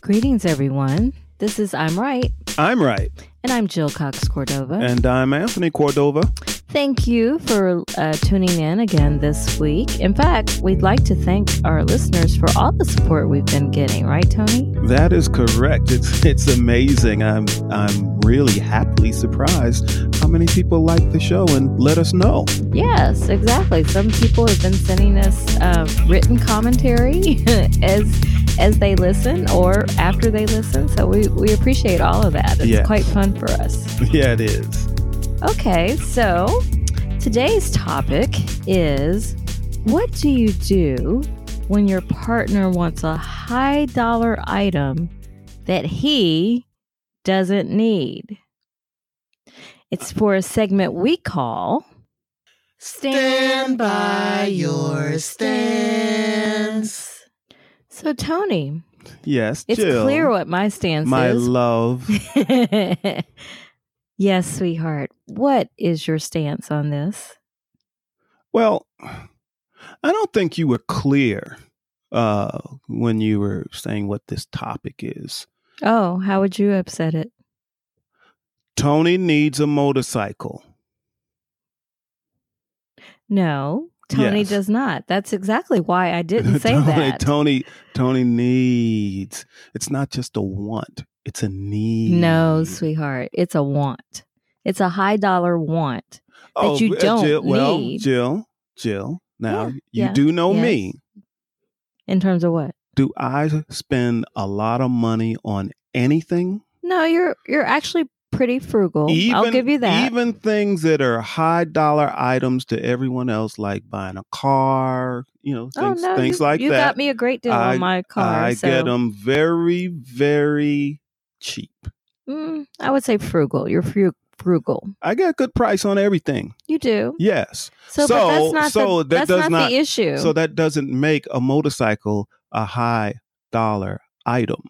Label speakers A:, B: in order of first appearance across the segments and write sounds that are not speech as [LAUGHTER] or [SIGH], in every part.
A: Greetings, everyone. This is I'm Right,
B: I'm right.
A: and I'm Jill Cox Cordova.
B: And I'm Anthony Cordova.
A: Thank you for uh, tuning in again this week. In fact, we'd like to thank our listeners for all the support we've been getting, right, Tony?
B: That is correct. It's it's amazing. I'm I'm really happily surprised how many people like the show and let us know. [LAUGHS]
A: Yes, exactly. Some people have been sending us uh, written commentary [LAUGHS] as as they listen or after they listen. So we, we appreciate all of that. It's
B: Yes.
A: quite fun for us.
B: Yeah, it is.
A: Okay, so today's topic is what do you do when your partner wants a high dollar item that he doesn't need? It's for a segment we call
C: Stand by your stance.
A: So, Tony,
B: Yes,
A: it's
B: Jill,
A: clear what my stance
B: my
A: is.
B: love.
A: [LAUGHS] yes, sweetheart. What is your stance on this?
B: Well, I don't think you were clear uh, when you were saying what this topic is.
A: Oh, how would you upset it?
B: Tony needs a motorcycle.
A: No, Tony
B: Yes.
A: does not. That's exactly why
B: [LAUGHS]
A: I didn't say
B: Tony,
A: that.
B: Tony, Tony needs. It's not just a want; it's a need.
A: No, sweetheart. It's a want. It's a high dollar want. you
B: uh,
A: don't
B: Jill, Well,
A: need.
B: Jill, Jill. Now
A: Yeah,
B: you
A: yeah,
B: do know
A: yes.
B: me.
A: In terms of what?
B: Do I spend a lot of money on anything?
A: No, you're you're actually pretty frugal. Oh, I'll give you that.
B: Even things that are high dollar items to everyone else, like buying a car, you know,
A: oh
B: things,
A: no,
B: things
A: you,
B: like
A: you
B: that.
A: got me a great deal
B: I-
A: on my car.
B: I
A: so,
B: get them very, very cheap.
A: Mm, I would say frugal. You're fru- frugal.
B: I get a good price on everything.
A: You do.
B: Yes.
A: So, but that's
B: So-
A: not
B: so
A: the,
B: that
A: that's
B: does
A: not,
B: not-
A: the issue.
B: So that doesn't make a motorcycle a high dollar item.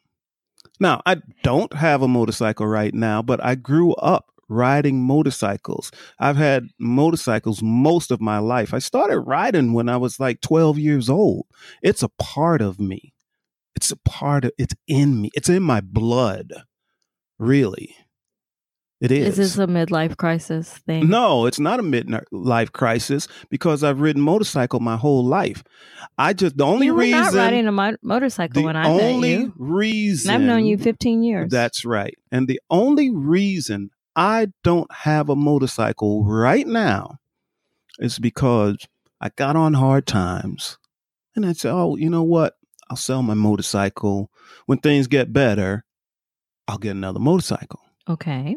B: Now, I don't have a motorcycle right now, but I grew up riding motorcycles. I've had motorcycles most of my life. I started riding when I was like 12 years old. It's a part of me. It's a part of it's in me. It's in my blood. Really. It is.
A: is this a midlife crisis thing?
B: No, it's not a midlife crisis because I've ridden motorcycle my whole life. I just the only
A: you were
B: reason
A: not riding a mo- motorcycle
B: the
A: when I
B: only
A: met you.
B: reason
A: And I've known you 15 years.
B: That's right. And the only reason I don't have a motorcycle right now is because I got on hard times and I said, "Oh, you know what? I'll sell my motorcycle when things get better. I'll get another motorcycle."
A: okay.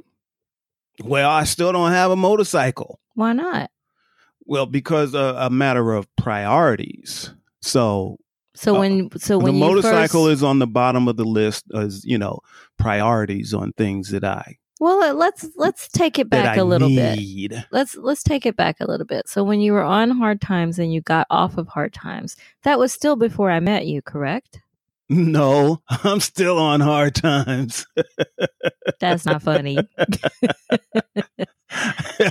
B: Well, I still don't have a motorcycle.
A: Why not?
B: Well, because uh, a matter of priorities. So
A: So
B: Uh,
A: when so
B: the
A: when you
B: motorcycle
A: first,
B: is on the bottom of the list as you know priorities on things that I
A: well, let- let's let's take it
B: that
A: back
B: I
A: a little bit.
B: need. [LAUGHS]
A: Let's let's take it back a little bit. So when you were on hard times and you got off of hard times, that was still before I met you, correct?
B: No, I'm still on hard times. [LAUGHS]
A: That's not funny.
B: I'm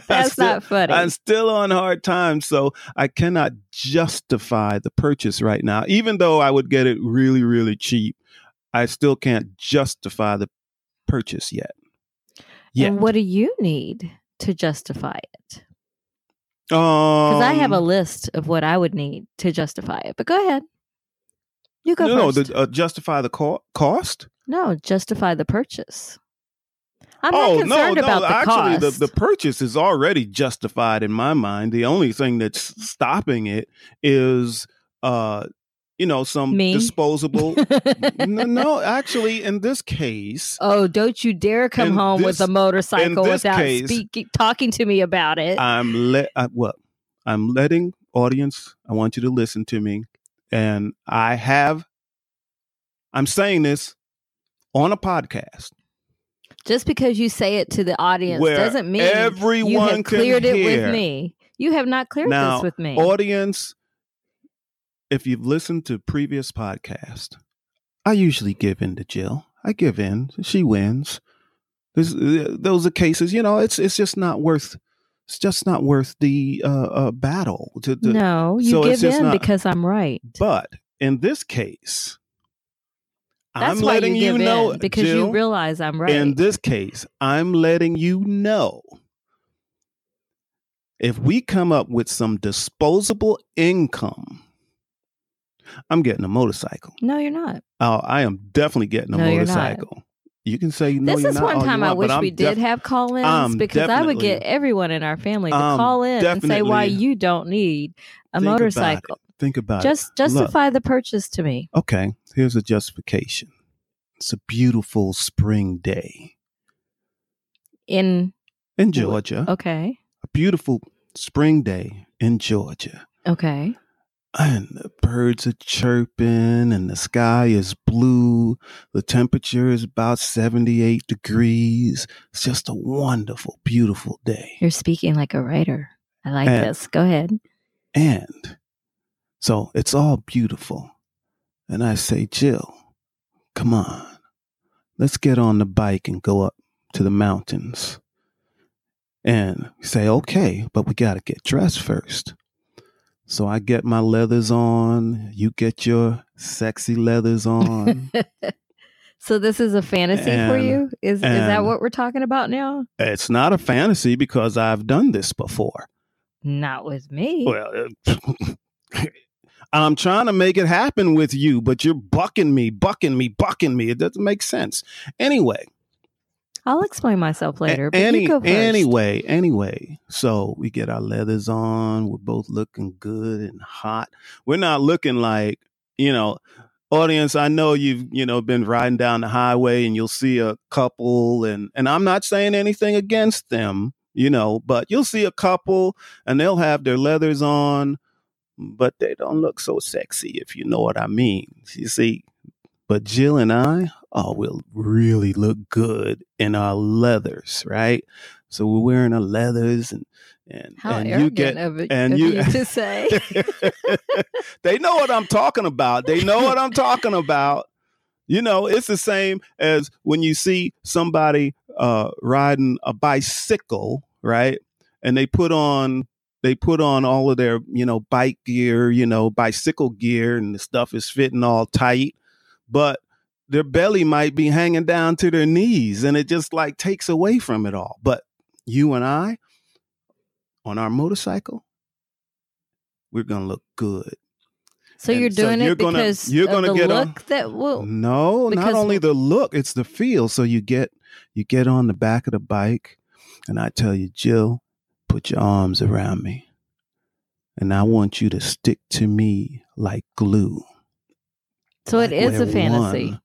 A: That's
B: still,
A: not funny.
B: I'm still on hard times, so I cannot justify the purchase right now. Even though I would get it really, really cheap, I still can't justify the purchase yet. Yeah.
A: And what do you need to justify it?
B: Because Um,
A: Because I have a list of what I would need to justify it. But go ahead. You go
B: no,
A: first.
B: no, the, uh, justify the co- cost.
A: no, justify the purchase. I'm
B: oh
A: not concerned
B: no, no,
A: about the
B: actually,
A: cost.
B: the the purchase is already justified in my mind. The only thing that's stopping it is, uh, you know, some
A: Me? [LAUGHS]
B: disposable. [LAUGHS] no, no, actually, in this case,
A: Oh, don't you dare come
B: In
A: home
B: this-
A: with a motorcycle
B: in this
A: without
B: case-
A: speaking, talking to me about it.
B: I'm let I, what I'm letting audience. I want you to listen to me, and I have. I'm saying this on a podcast.
A: Just because you say it to the audience
B: Where
A: doesn't mean
B: everyone
A: you have
B: can
A: cleared it with
B: hear.
A: me. You have not cleared
B: Now,
A: this with me.
B: audience if you've listened to previous podcast i usually give in to jill i give in she wins There's, uh, those are cases you know it's it's just not worth it's just not worth the uh, uh battle to, to
A: no, you
B: so it's
A: give
B: just
A: in
B: not-
A: because I'm right.
B: but in this case
A: That's
B: I'm
A: why
B: letting
A: you, give
B: know
A: in, because
B: Jill,
A: you realize I'm right.
B: in this case, I'm letting you know if we come up with some disposable income, I'm getting a motorcycle.
A: no, you're not.
B: Oh, I am definitely getting a
A: No, you're not.
B: motorcycle. You can say no.
A: this
B: you're
A: is
B: not all
A: one
B: you
A: time I
B: want, but
A: wish
B: I'm
A: we did
B: def-
A: have call-ins
B: I'm
A: because I would get
B: definitely-
A: everyone in our family to
B: I'm
A: call in and say why
B: definitely-
A: you don't need a
B: Think about it.
A: motorcycle.
B: Think about it.
A: Just justify the purchase to me.
B: Okay, here's a justification. It's a beautiful spring day
A: In
B: in Georgia.
A: Oh. okay,
B: A beautiful spring day in Georgia.
A: okay,
B: and the birds are chirping and the sky is blue the temperature is about 78 degrees it's just a wonderful beautiful day
A: you're speaking like a writer. I like
B: And-
A: this. Go ahead.
B: and so it's all beautiful and i say jill come on let's get on the bike and go up to the mountains and say okay but we got to get dressed first so i get my leathers on you get your sexy leathers on
A: So this is a fantasy for
B: And-
A: you. Is is that
B: and-
A: what we're talking about now?
B: It's not a fantasy because I've done this before.
A: Not with me.
B: Well, it- [LAUGHS] I'm trying to make it happen with you, but you're bucking me, bucking me, bucking me. It doesn't make sense. Anyway,
A: I'll explain myself later.
B: a-
A: But
B: any-
A: you go first.
B: anyway, anyway. So we get our leathers on. We're both looking good and hot. We're not looking like you know, audience. I know you've you know been riding down the highway and you'll see a couple, and and I'm not saying anything against them, you know, but you'll see a couple and they'll have their leathers on, but they don't look so sexy, if you know what I mean. You see, but Jill and I, oh, we'll really look good in our leathers, right? So we're wearing our leathers and and,
A: How
B: and
A: arrogant
B: you get
A: of, it-
B: and
A: of
B: you-
A: you
B: [LAUGHS]
A: to say.
B: they know what I'm talking about. They know what I'm talking about. You know, it's the same as when you see somebody uh, riding a bicycle, right? And they put on they put on all of their you know bike gear, you know bicycle gear, and the stuff is fitting all tight, but their belly might be hanging down to their knees, and it just like takes away from it all. But you and I, on our motorcycle, we're gonna look good.
A: So you're
B: And so
A: doing
B: you're
A: it
B: gonna-
A: because
B: you're
A: of
B: gonna
A: the
B: get on-
A: look that will.
B: No, not
A: because-
B: only the look, it's the feel. So you get you get on the back of the bike, and I tell you, Jill, put your arms around me, and I want you to stick to me like glue.
A: So it
B: like
A: is a
B: we're
A: fantasy.
B: one.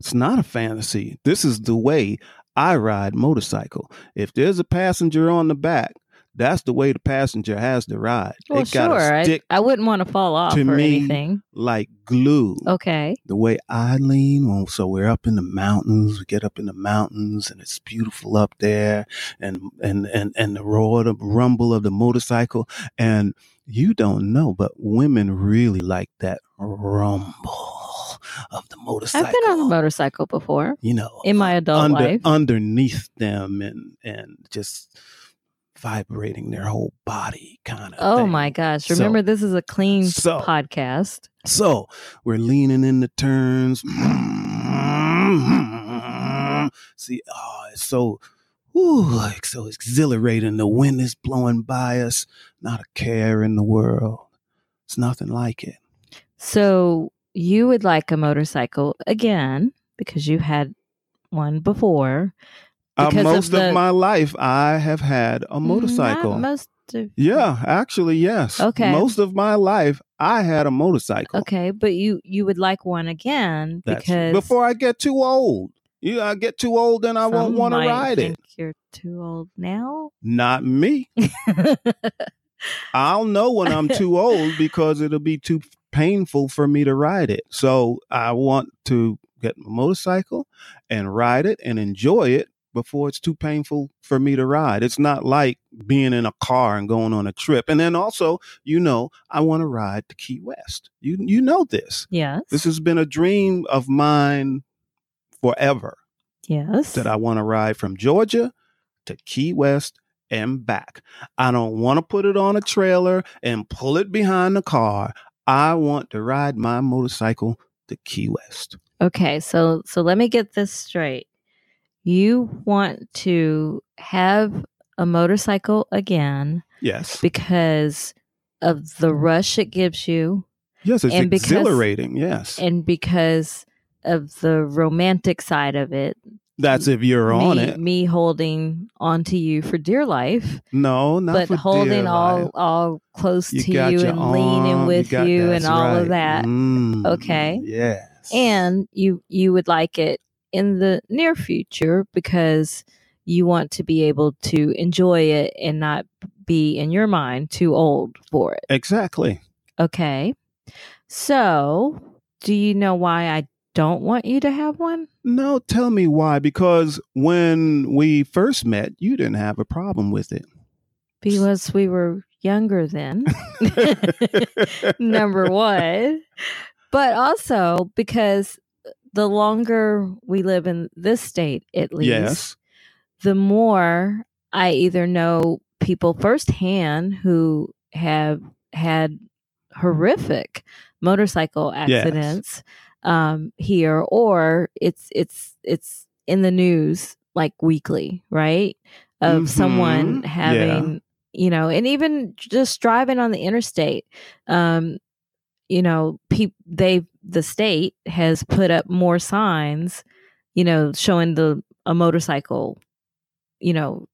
B: It's not a fantasy. This is the way I ride motorcycle. If there's a passenger on the back, that's the way the passenger has to ride.
A: Well,
B: they gotta
A: sure. I,
B: stick
A: I wouldn't want to fall off
B: to
A: or
B: me.
A: anything.
B: like glue.
A: Okay.
B: the way I lean. Well, so we're up in the mountains. We get up in the mountains, and it's beautiful up there, and and and and the roar, the rumble of the motorcycle, and you don't know, but women really like that rumble of the motorcycle.
A: I've been on a motorcycle before
B: you know,
A: in my adult
B: Uh, under,
A: life.
B: underneath them, and and just vibrating their whole body, kind of.
A: oh my gosh!
B: So-
A: Remember, this is a clean
B: So-
A: podcast.
B: so we're leaning in the turns. See, oh, it's so, ooh, like so exhilarating. The wind is blowing by us. Not a care in the world. It's nothing like it.
A: So you would like a motorcycle again because you had one before.
B: Uh,
A: Because of
B: most of,
A: the- Mm-hmm.
B: my life, I have had a motorcycle.
A: Mm, Not most of,
B: yeah, actually, yes.
A: Okay.
B: Most of my life, I had a motorcycle.
A: Okay, but you you would like one again
B: That's-
A: because
B: before I get too old. You, I get too old, and I won't
A: some
B: want to
A: might
B: ride it.
A: think You're too old now. [LAUGHS]
B: Not me. I'll know when I'm too old because it'll be too painful for me to ride it. So I want to get my motorcycle and ride it and enjoy it before it's too painful for me to ride. It's not like being in a car and going on a trip. And then also, you know, I want to ride to Key West. You you know this.
A: yes.
B: This has been a dream of mine forever
A: yes.
B: that I want to ride from Georgia to Key West and back. I don't want to put it on a trailer and pull it behind the car. I want to ride my motorcycle to Key West.
A: Okay, so so let me get this straight. You want to have a motorcycle again
B: Yes.
A: because of the
B: Mm-hmm.
A: rush it gives you
B: Yes, it's
A: And because-
B: exhilarating. Yes.
A: and because of the romantic side of it.
B: That's if you're
A: me,
B: on it.
A: me holding onto you for dear life,
B: No, not
A: but
B: for
A: holding
B: dear
A: all
B: life.
A: all close to
B: got
A: you
B: your
A: and leaning
B: arm,
A: with you,
B: got-
A: and
B: that's
A: all of
B: right.
A: that.
B: Mm,
A: Okay.
B: Yes.
A: and you you would like it in the near future because you want to be able to enjoy it and not be in your mind too old for it
B: exactly.
A: okay so do you know why i don't want you to have one
B: No, tell me why. Because when we first met, you didn't have a problem with it.
A: because we were younger then [LAUGHS] number one but also because the longer we live in this state at least
B: [LAUGHS] yes.
A: the more I either know people firsthand who have had horrific motorcycle
B: Yes.
A: accidents um, here, or it's it's it's in the news like weekly, right? Of
B: Mhm.
A: someone
B: Yeah.
A: having you know, and even just driving on the interstate, um, you know, peop they the state has put up more signs, you know, showing the a motorcycle, you know,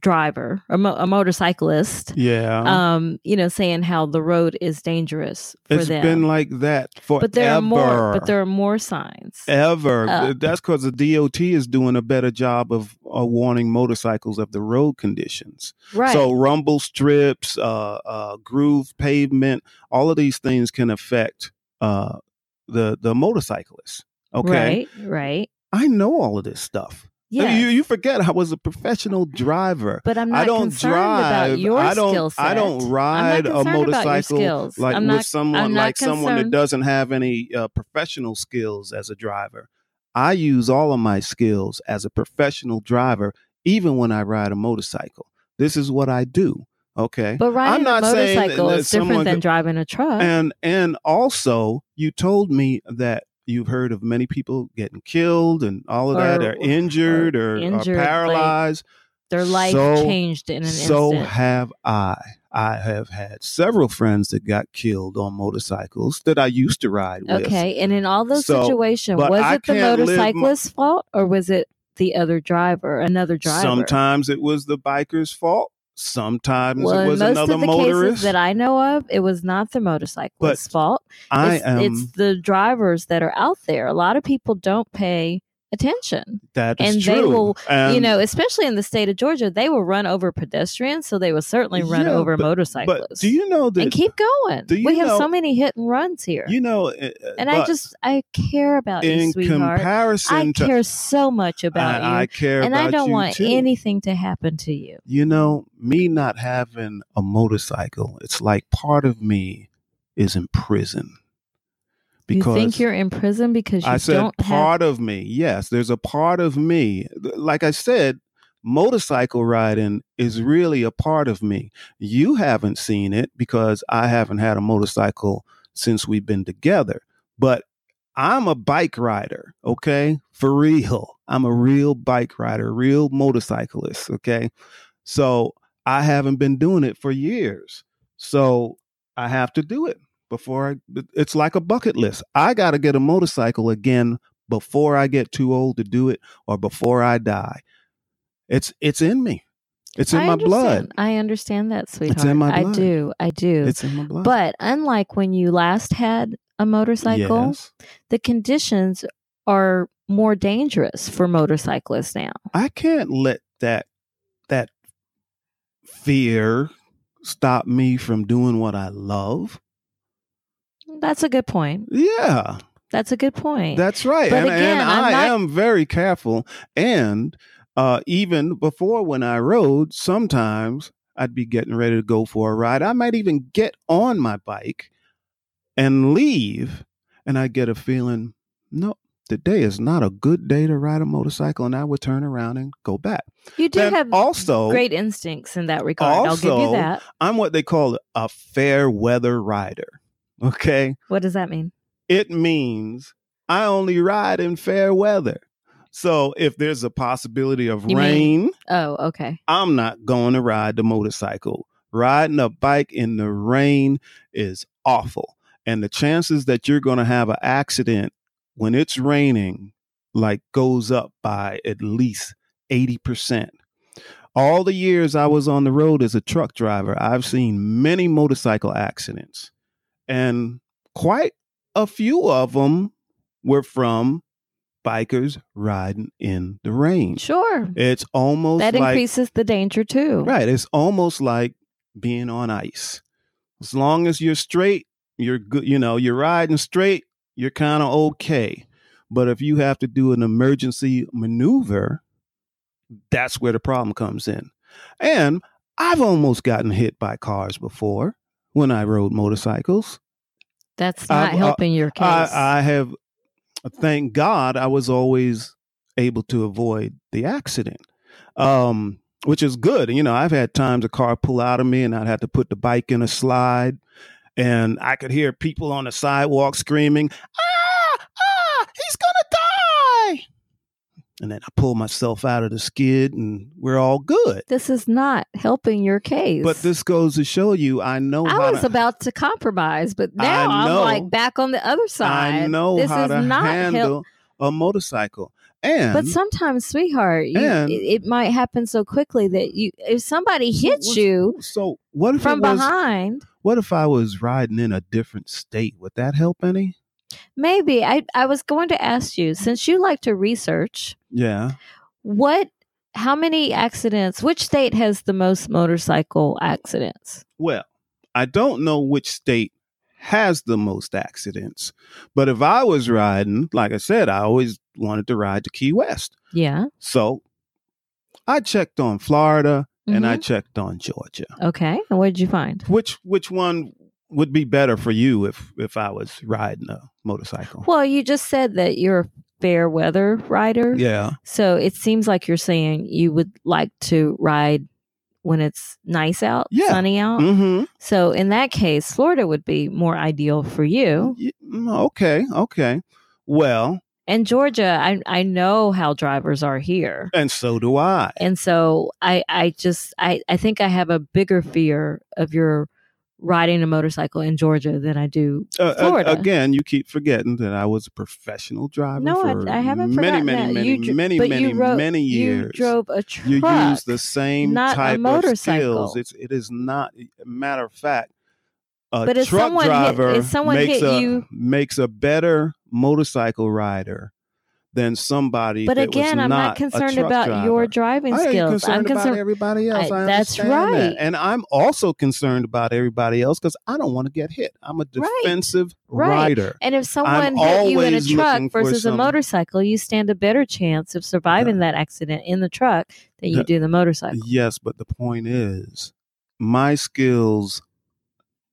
A: driver, a, mo- a motorcyclist,
B: Yeah.
A: um, you know, saying how the road is dangerous for
B: It's
A: them.
B: been like that forever.
A: but there are more. But there are more signs.
B: ever.
A: Uh,
B: That's because the DOT is doing a better job of uh, warning motorcycles of the road conditions.
A: right.
B: So rumble strips, uh, uh, groove pavement, all of these things can affect uh, the the motorcyclist. Okay,
A: Right. Right.
B: I know all of this stuff. I mean,
A: Yeah.
B: You, you forget I was a professional driver.
A: but I'm not
B: I don't
A: concerned
B: drive.
A: about your
B: I don't.
A: skill set.
B: I don't
A: I'm
B: ride
A: not concerned
B: a
A: about your
B: motorcycle
A: skills.
B: like
A: I'm
B: with
A: not
B: someone
A: I'm not
B: like someone that
A: concerned.
B: doesn't have any uh, professional skills as a driver. I use all of my skills as a professional driver, even when I ride a motorcycle. This is what I do. Okay.
A: But riding
B: not
A: a
B: saying that-
A: motorcycle
B: that
A: is different
B: someone
A: than
B: could-
A: driving a truck.
B: and and also, you told me that you've heard of many people getting killed and all of that,
A: Or-
B: or injured, or, or
A: injured, like,
B: paralyzed.
A: Their life
B: so-
A: changed in an
B: so
A: instant.
B: have I. I have had several friends that got killed on motorcycles that I used to ride with.
A: okay, and in all those
B: So,
A: situations,
B: but
A: was
B: I
A: it the
B: can't live my-
A: motorcyclist's fault or was it the other driver, another driver?
B: Sometimes it was the biker's fault. Sometimes
A: well,
B: it
A: in
B: was
A: most
B: another
A: of the
B: motorist.
A: cases that I know of, it was not the motorcyclist's fault.
B: I
A: it's,
B: am
A: it's the drivers that are out there. A lot of people don't pay attention.
B: that is
A: and
B: true.
A: they will,
B: and,
A: you know, especially in the state of Georgia, they will run over pedestrians, so they will certainly run
B: Yeah,
A: over
B: but-
A: motorcyclists.
B: but do you know
A: and
B: that
A: keep going.
B: do you
A: We have
B: know-
A: so many hit and runs here.
B: you know? uh, uh,
A: and I
B: but
A: just I care about you,
B: in
A: sweetheart. I
B: comparison to
A: care so much about
B: I,
A: you,
B: I care
A: and I
B: about
A: don't
B: you
A: want
B: too.
A: anything to happen to you.
B: you know, me not having a motorcycle, it's like part of me is in prison.
A: you think you're in prison because you
B: I said
A: don't have
B: part of me. Yes, there's a part of me. Th- Like I said, motorcycle riding is really a part of me. You haven't seen it because I haven't had a motorcycle since we've been together. But I'm a bike rider, okay? For real. I'm a real bike rider, real motorcyclist, okay? So I haven't been doing it for years. So I have to do it before I, it's like a bucket list. I got to get a motorcycle again before I get too old to do it or before I die. It's it's in me. It's in
A: I
B: my
A: understand.
B: blood.
A: I understand that, sweetheart.
B: in my
A: I
B: blood.
A: do. I do.
B: It's in my blood.
A: but unlike when you last had a motorcycle,
B: Yes.
A: the conditions are more dangerous for motorcyclists now.
B: I can't let that that fear stop me from doing what I love.
A: That's a good point.
B: Yeah.
A: That's a good point.
B: That's right.
A: But
B: and,
A: again,
B: and
A: I'm
B: I
A: not-
B: am very careful. And uh, even before when I rode, sometimes I'd be getting ready to go for a ride. I might even get on my bike and leave. And I get a feeling, no, today is not a good day to ride a motorcycle. And I would turn around and go back.
A: you do
B: Then
A: have
B: also,
A: great instincts in that regard. I'll give you
B: Also-
A: that.
B: I'm what they call a fair weather rider. Okay.
A: What does that mean?
B: It means I only ride in fair weather. So if there's a possibility of
A: You mean-
B: rain,
A: Oh, okay.
B: I'm not going to ride the motorcycle. Riding a bike in the rain is awful. And the chances that you're going to have an accident when it's raining like goes up by at least 80%. All the years I was on the road as a truck driver, I've seen many motorcycle accidents. And quite a few of them were from bikers riding in the rain.
A: Sure.
B: It's almost
A: That
B: like
A: increases the danger too.
B: Right. It's almost like being on ice. As long as you're straight, you're good. You know, you're riding straight, you're kind of okay. But if you have to do an emergency maneuver, that's where the problem comes in. And I've almost gotten hit by cars before when I rode motorcycles.
A: That's
B: I-
A: not
B: I-
A: helping your case.
B: Um, uh, I, I have, thank God, I was always able to avoid the accident, um, which is good. You know, I've had times a car pull out of me and I'd have to put the bike in a slide, and I could hear people on the sidewalk screaming, "Ah, ah, he's gonna die!" And then I pull myself out of the skid, and we're all good.
A: this is not helping your case.
B: But this goes to show you, I know how
A: I was
B: to,
A: about to compromise, but now
B: I
A: I'm
B: know.
A: like back on the other side.
B: I know
A: this
B: how
A: is
B: to
A: not hel-
B: handle a motorcycle. And
A: But sometimes, sweetheart, you,
B: And-
A: it, it might happen so quickly that you, if somebody hits
B: What's-
A: you
B: So what if
A: from
B: it was,
A: behind,
B: What if I was riding in a different state? Would that help any?
A: maybe I, I was going to ask you since you like to research,
B: Yeah.
A: what, how many accidents? Which state has the most motorcycle accidents?
B: Well, I don't know which state has the most accidents, but if I was riding, like I said, I always wanted to ride to Key West,
A: Yeah.
B: so I checked on Florida and I
A: Mhm.
B: checked on Georgia.
A: Mm-hmm. okay. And what did you find?
B: Which which one would be better for you if if I was riding a motorcycle?
A: Well, you just said that you're a fair weather rider.
B: yeah.
A: So it seems like you're saying you would like to ride when it's nice out,
B: Yeah.
A: sunny out.
B: Mm-hmm.
A: So in that case, Florida would be more ideal for you.
B: mm, Okay. Okay. Well,
A: And Georgia, I I know how drivers are here.
B: and so do I.
A: And so I I just I I think I have a bigger fear of your riding a motorcycle in Georgia than I do.
B: Uh, a-
A: Florida.
B: again, you keep forgetting that I was a professional driver.
A: No, I-
B: for
A: I haven't
B: many,
A: forgotten
B: many,
A: that.
B: many,
A: You dr-
B: many,
A: but
B: many,
A: you rode-
B: many
A: You
B: years.
A: drove a truck.
B: You use the same
A: not a
B: type of
A: motorcycle.
B: skills. It's it is not. Matter of fact, a
A: But if
B: truck
A: someone hit-
B: driver
A: if someone
B: makes
A: hit
B: a
A: you-
B: makes a better motorcycle rider than somebody.
A: but
B: that was
A: again, I'm not
B: not a
A: concerned
B: truck
A: about your
B: driver.
A: driving
B: I ain't
A: skills.
B: concerned
A: I'm
B: about
A: concerned
B: everybody else.
A: I-
B: I
A: that's
B: understand that.
A: right.
B: And I'm also concerned about everybody else because I don't want to get hit. I'm a
A: Right.
B: defensive
A: Right.
B: rider.
A: And if someone hit
B: always
A: you in a truck
B: looking for
A: versus a
B: some-
A: motorcycle, you stand a better chance of surviving that accident in the truck than you
B: Yeah.
A: do the motorcycle.
B: Yes, but the point is, my skills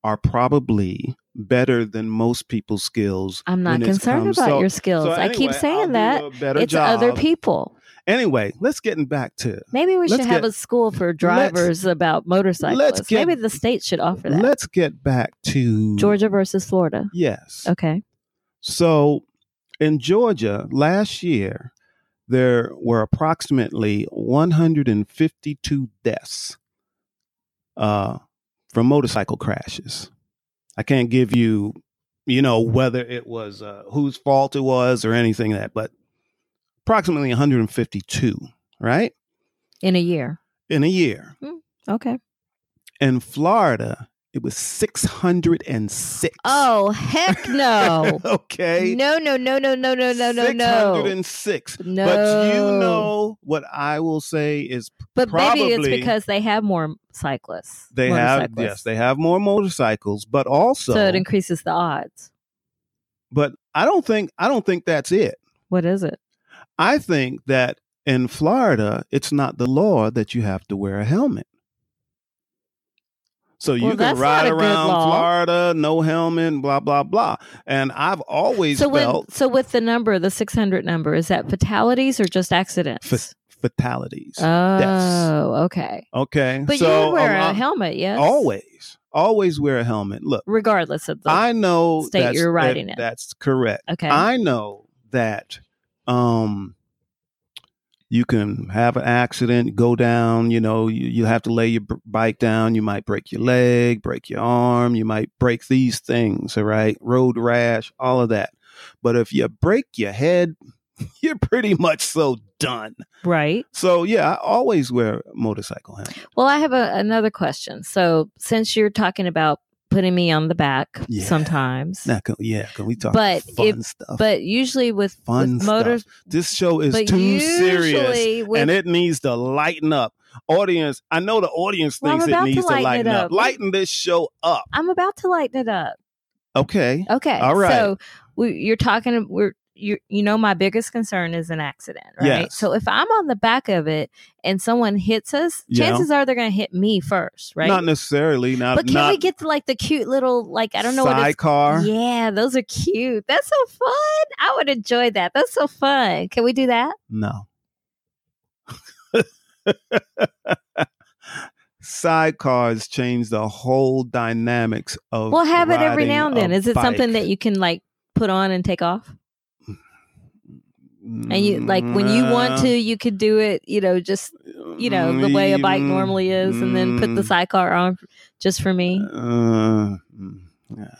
B: are probably better than most people's skills.
A: I'm not
B: when it's
A: concerned
B: come-
A: about
B: so-
A: your skills.
B: so
A: I keep
B: anyway, I'll
A: saying
B: do
A: that.
B: a better
A: It's other
B: job.
A: people.
B: Anyway, let's getting back to
A: Maybe we
B: Let's
A: should have
B: get-
A: a school for drivers about motorcyclists.
B: get-
A: Maybe the state should offer that.
B: let's get back to
A: Georgia versus Florida.
B: Yes.
A: Okay.
B: So in Georgia last year, there were approximately 152 deaths uh, from motorcycle crashes. I can't give you, you know, whether it was uh, whose fault it was or anything like that, but approximately 152, right?
A: In a year.
B: In a year.
A: Okay.
B: In Florida, it was 606.
A: Oh, heck no.
B: [LAUGHS] okay.
A: no, no, no, no, no, no, no, no, no.
B: 606.
A: No.
B: But you know what I will say is
A: But maybe it's
B: probably-
A: because they have more cyclists.
B: they have
A: motorcyclists.
B: yes, they have more motorcycles, but also
A: so, it increases the odds.
B: but I don't think I don't think that's it.
A: What is it?
B: I think that in Florida, it's not the law that you have to wear a helmet. So you
A: Well,
B: can
A: that's
B: ride
A: not a good
B: around
A: law.
B: Florida, no helmet, blah blah blah. And I've always
A: So when,
B: felt
A: so with the number, the six hundred number, is that fatalities or just accidents?
B: Fa- fatalities.
A: oh,
B: deaths.
A: okay.
B: okay,
A: But
B: so
A: you would wear a
B: lot-
A: helmet, yes.
B: Always, always wear a helmet. Look.
A: regardless of the.
B: I know
A: state
B: that's-
A: you're
B: that-
A: riding in.
B: That's correct.
A: okay.
B: I know that um you can have an accident, go down, you know, you, you have to lay your b- bike down, you might break your leg, break your arm, you might break these things, all right? Road rash, all of that. But if you break your head, [LAUGHS] you're pretty much so done.
A: Right.
B: So, yeah, I always wear a motorcycle helmet.
A: Well, I have a, another question. So, since you're talking about putting me on the back
B: Yeah.
A: sometimes,
B: Now, can, yeah, can we talk
A: But
B: fun
A: if-
B: stuff?
A: but usually with,
B: Fun
A: with motor,
B: this show is
A: but
B: too serious.
A: usually with
B: and it needs to lighten up. Audience, I know the audience
A: Well, I'm
B: thinks it
A: about to
B: needs to
A: lighten
B: lighten,
A: it
B: up.
A: up.
B: Lighten this show up.
A: I'm about to lighten it up.
B: Okay.
A: Okay.
B: All right.
A: So we, you're talking. We're you. You know, my biggest concern is an accident, right?
B: Yes.
A: So if I'm on the back of it and someone hits us,
B: Yeah.
A: chances are they're going to hit me first, right?
B: Not necessarily. Not,
A: but can
B: not
A: we get to like the cute little like I don't know what it's.
B: sidecar.
A: Yeah, those are cute. That's so fun. I would enjoy that. That's so fun. Can we do that?
B: No. [LAUGHS] Sidecars change the whole dynamics of.
A: We'll have it every
B: riding
A: now and
B: a
A: then. Is it something
B: bike.
A: that you can like put on and take off? And you like when you
B: Mm,
A: want
B: uh
A: to, you could do it. You know, just you know the way a bike
B: Mm,
A: normally is, and then put the
B: mm,
A: sidecar on just for me.
B: uh, mm, yeah.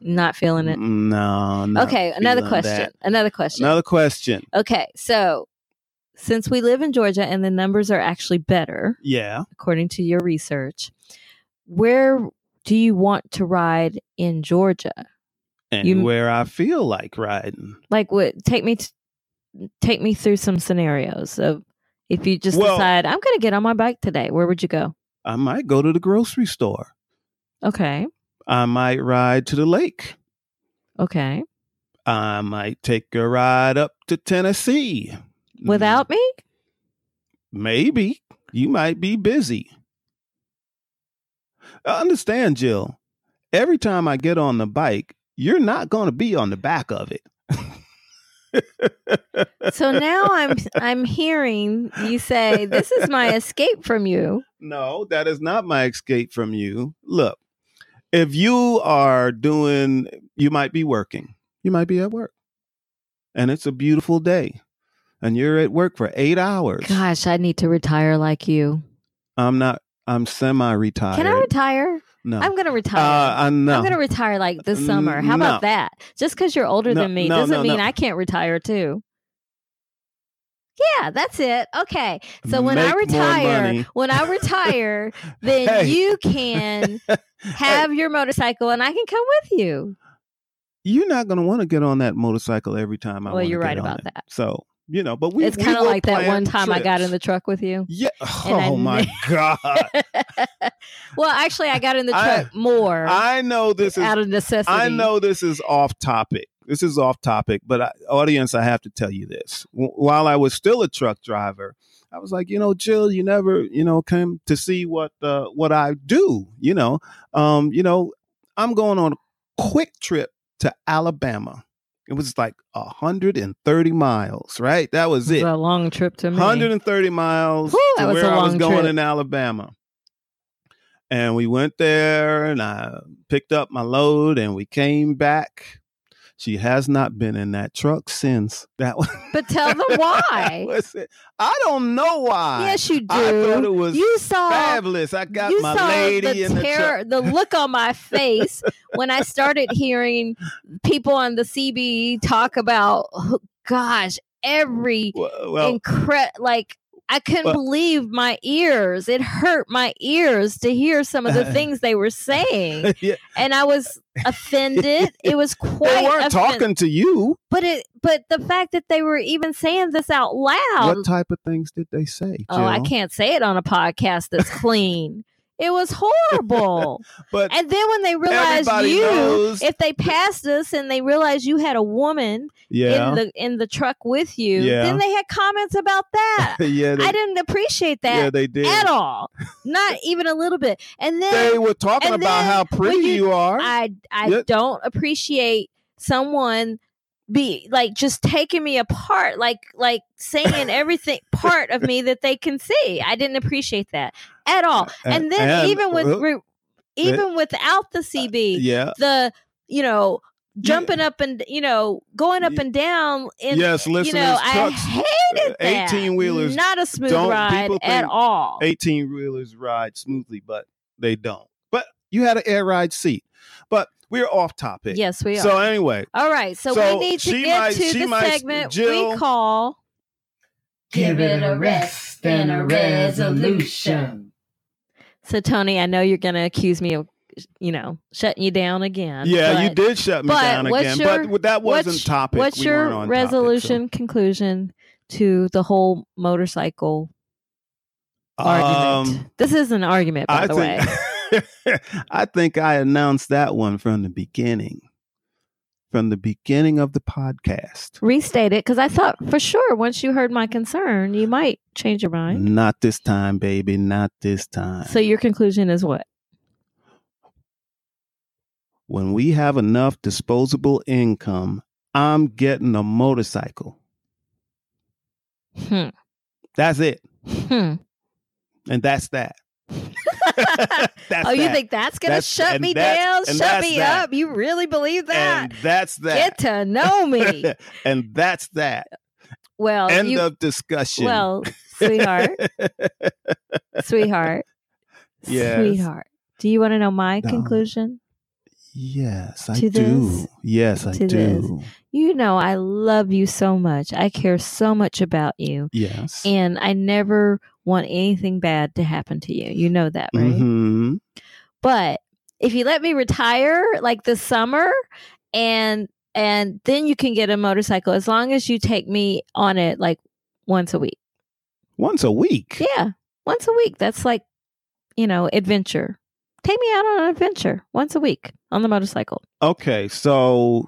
A: Not feeling it.
B: No, not
A: okay, another
B: feeling that.
A: question. Another question.
B: Another question.
A: Okay, so since we live in Georgia and the numbers are actually better
B: Yeah.
A: according to your research, where do you want to ride in Georgia?
B: And
A: You-
B: where I feel like riding.
A: Like, what? Take me, t- take me through some scenarios of if you just
B: Well-
A: decide I'm going to get on my bike today. Where would you go?
B: I might go to the grocery store.
A: Okay,
B: I might ride to the lake.
A: okay,
B: I might take a ride up to Tennessee.
A: without me.
B: Maybe. You might be busy. I understand, Jill. Every time I get on the bike, you're not going to be on the back of it.
A: So now I'm I'm hearing you say this is my escape from you.
B: No, that is not my escape from you. Look, if you are doing, you might be working, you might be at work, and it's a beautiful day, and you're at work for eight hours.
A: Gosh, I need to retire like you.
B: I'm not. I'm semi-retired.
A: Can I retire?
B: No.
A: I'm gonna
B: uh,
A: retire.
B: I know.
A: I'm gonna retire like this
B: Mm,
A: summer. How about
B: no.
A: that? Just because you're older
B: No,
A: than me
B: no,
A: doesn't
B: no,
A: mean
B: no.
A: I can't retire too. Yeah, that's it. Okay. So when I
B: Make more
A: retire,
B: money.
A: when I retire, then
B: [LAUGHS] Hey.
A: you
B: [LAUGHS]
A: can have your motorcycle and I can come with you.
B: You're not gonna want to get on that motorcycle every time. I
A: well,
B: wanna
A: you're
B: get
A: right
B: on
A: about
B: it.
A: that.
B: So you know, but we.
A: it's
B: we
A: kind of
B: will
A: like that
B: plan
A: one time I got in
B: trips.
A: the truck with you.
B: Yeah.
A: and I
B: oh my
A: [LAUGHS]
B: god.
A: well, actually, I got in the
B: I-
A: truck more
B: I know this is
A: out of necessity.
B: I know this is off topic. This is off topic, but I, audience, I have to tell you this. W- while I was still a truck driver, I was like, you know, Jill, you never, you know, came to see what uh, what I do. You know, um, you know, I'm going on a quick trip to Alabama. It was like 130 miles, right? That was
A: It was
B: it.
A: a long trip to me.
B: 130 miles
A: Whew,
B: to
A: that was
B: where
A: a
B: I was
A: long
B: going
A: trip.
B: in Alabama. And we went there and I picked up my load and we came back. She has not been in that truck since that was.
A: But tell
B: [LAUGHS]
A: them why.
B: was it. I don't know why.
A: yes, you do.
B: I thought it was
A: you saw.
B: fabulous. I got
A: you
B: my
A: saw
B: lady
A: the
B: in the truck.
A: terror, the look on
B: [LAUGHS]
A: my face when I started hearing people on the CBE talk about, oh, gosh, every
B: Well, well,
A: incre- like I couldn't
B: Well-
A: believe my ears. It hurt my ears to hear some
B: [LAUGHS]
A: of the things they were saying,
B: yeah,
A: and I was offended. It was quite.
B: [LAUGHS] they weren't
A: offen-
B: talking to you.
A: but it, but the fact that they were even saying this out loud.
B: What type of things did they say?
A: oh, I
B: Jill?
A: can't say it on a podcast that's clean. It was
B: [LAUGHS]
A: horrible.
B: But
A: and then when they realized
B: Everybody
A: you,
B: knows-
A: if they passed us and they realized you had a woman in
B: yeah,
A: the in the truck with you,
B: Yeah.
A: then they had comments about that.
B: [LAUGHS] yeah, they,
A: I didn't appreciate
B: yeah,
A: that
B: they did.
A: at all. Not even a little bit. [LAUGHS] And
B: they
A: then
B: were talking
A: and
B: about
A: then
B: how pretty
A: when you-
B: you, are.
A: I I
B: Yeah.
A: don't appreciate someone be like just taking me apart, like like
B: [LAUGHS]
A: saying everything part of me that they can see. I didn't appreciate that at all. And then
B: And-
A: even with
B: uh,
A: re, even without the CB,
B: yeah,
A: the you know jumping up and you know going up and down. In,
B: Yes,
A: you
B: listeners,
A: know, I
B: trucks,
A: hated that.
B: 18-wheelers
A: not a smooth
B: don't-
A: ride
B: people
A: at
B: think
A: all.
B: 18 wheelers ride smoothly, but they don't. But you had an air ride seat. But we're off topic.
A: Yes, we are.
B: So anyway,
A: all right, so,
B: so
A: we need to
B: she
A: get
B: might-
A: to
B: she
A: the
B: might-
A: segment we
B: Jill-
A: call.
C: Give it a rest and a resolution.
A: So Tony, I know you're going to accuse me of, you know, shutting you down again.
B: yeah, you
A: but
B: did shut me
A: but
B: down
A: what's
B: again.
A: your-
B: but that
A: what's-
B: wasn't topic.
A: What's
B: We
A: your
B: weren't on topic, so-
A: resolution conclusion to the whole motorcycle
B: Um,
A: argument? This is an argument, by
B: I
A: the way.
B: [LAUGHS] think I think I announced that one from the beginning. From the beginning of the podcast.
A: Restate it because I thought for sure once you heard my concern, you might change your mind.
B: Not this time, baby. Not this time.
A: So your conclusion is what?
B: when we have enough disposable income, I'm getting a motorcycle.
A: Hmm.
B: That's it. [LAUGHS]
A: Hmm.
B: And that's
A: [LAUGHS]
B: that. [LAUGHS] that's
A: oh, you
B: that.
A: think that's gonna
B: That's-
A: shut
B: and
A: me
B: that's-
A: down? Shut
B: and that's
A: me
B: that.
A: up? You really believe that?
B: And that's
A: Get
B: that.
A: to know me.
B: [LAUGHS] and that's that.
A: well,
B: End
A: you
B: of
A: [LAUGHS]
B: discussion. [LAUGHS]
A: well, sweetheart. sweetheart.
B: Yes.
A: Sweetheart. Do you want to know my
B: No.
A: conclusion?
B: yes, I
A: To
B: do.
A: this.
B: yes, I
A: To
B: do.
A: this. You know, I love you so much. I care so much about you.
B: Yes.
A: And I never want anything bad to happen to you. You know that, right?
B: hmm
A: But if you let me retire like this summer and and then you can get a motorcycle as long as you take me on it like once a week.
B: Once a week.
A: Yeah, once a week. That's like, you know, adventure. Take me out on an adventure once a week on the motorcycle.
B: Okay, so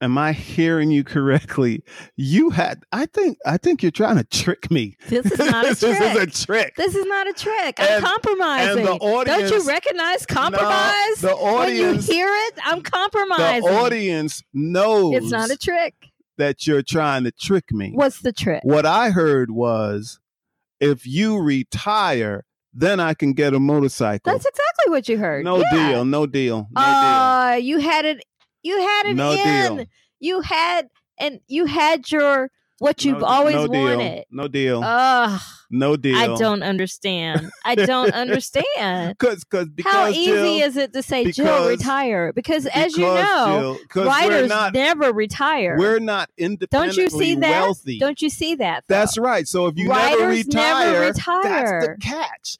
B: am I hearing you correctly? You had I think I think you're trying to trick me.
A: This is not a
B: [LAUGHS] this
A: trick.
B: is a trick.
A: this is not a trick. I'm
B: And-
A: compromising.
B: and the
A: Don't you
B: audience-
A: recognize
B: No,
A: compromise?
B: the
A: when you
B: audience
A: hear it, I'm
B: the
A: compromising.
B: audience knows
A: it's not a trick.
B: that you're trying to trick me.
A: What's the trick?
B: What I heard was if you retire, then I can get a motorcycle.
A: That's exactly what you heard.
B: no
A: Yeah.
B: deal, no deal, no
A: Uh, you had it. You had
B: deal.
A: it
B: No
A: in.
B: deal.
A: You had and you had your what you've
B: No-
A: always
B: no deal.
A: wanted.
B: No deal.
A: Ugh.
B: no deal.
A: I don't understand. I don't
B: [LAUGHS]
A: understand.
B: Cause, cause, because
A: How easy
B: Jill,
A: is it to say Jill
B: because-
A: retire? Because as you
B: because,
A: know,
B: Jill, 'cause we're
A: writers
B: not
A: never retire.
B: we're not independently
A: see that?
B: wealthy.
A: Don't you see that? though?
B: that's right. So if you never
A: writers
B: retire,
A: never
B: that's the
A: retire.
B: catch.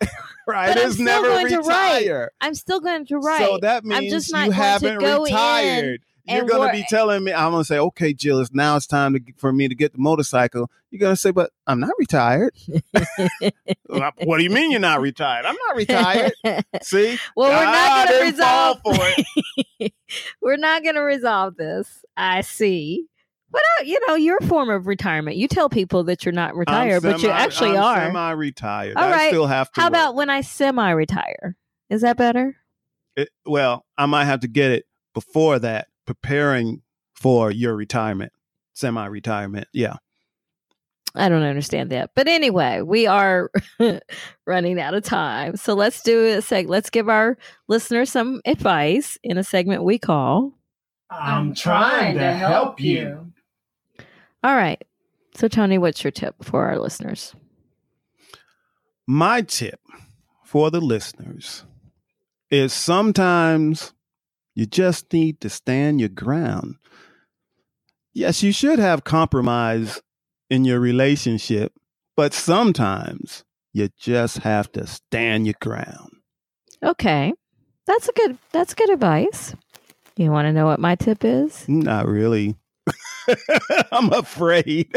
B: [LAUGHS] Writers
A: still
B: never
A: going to write.
B: retire.
A: I'm still going to write.
B: So that
A: I'm
B: means
A: just not
B: you
A: going to
B: haven't
A: go in
B: retired. You're
A: and
B: gonna
A: wor-
B: be telling me. I'm gonna say, okay, Jill, it's now it's time to, for me to get the motorcycle. You're gonna say, but I'm not
A: [LAUGHS]
B: retired. what do you mean you're not retired? I'm
A: [LAUGHS]
B: not retired. See,
A: well, we're
B: Ah, I
A: not going to
B: didn't fall
A: resolve.
B: for
A: [LAUGHS]
B: it.
A: We're not going to resolve this. I see. But uh, you know, your form of retirement. You tell people that you're not
B: I'm
A: retired, but you
B: semi-
A: actually
B: I'm
A: are.
B: Semi-retired.
A: All right.
B: I still have to.
A: How
B: work.
A: about when I semi-retire? Is that better?
B: It, well, I might have to get it before that, preparing for your retirement, semi-retirement. Yeah.
A: I don't understand that. But anyway, we are [LAUGHS] running out of time. So let's do a seg. Let's give our listeners some advice in a segment we call.
C: I'm trying to help you.
A: All right. So, Tony, what's your tip for our listeners?
B: My tip for the listeners is sometimes you just need to stand your ground. Yes, you should have compromise in your relationship, but sometimes you just have to stand your ground.
A: Okay. That's a good that's good advice. You want to know what my tip is?
B: Not really. [LAUGHS] I'm afraid.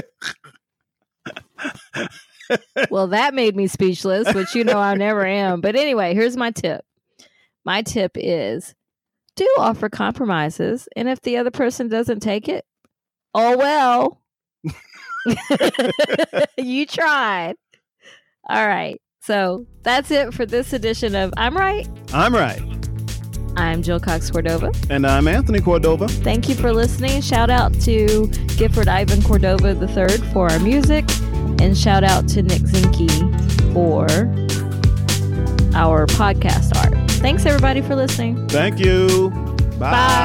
A: well, that made me speechless, which you know I never am. But anyway, here's my tip. My tip is do offer compromises, and if the other person doesn't take it, oh well. [LAUGHS] you tried. All right. So that's it for this edition of I'm Right.
B: I'm right.
A: I'm Jill Cox Cordova.
B: And I'm Anthony Cordova.
A: Thank you for listening. Shout out to Gifford Ivan Cordova III for our music, and shout out to Nick Zinke for our podcast art. Thanks, everybody, for listening.
B: Thank you. Bye.
A: Bye.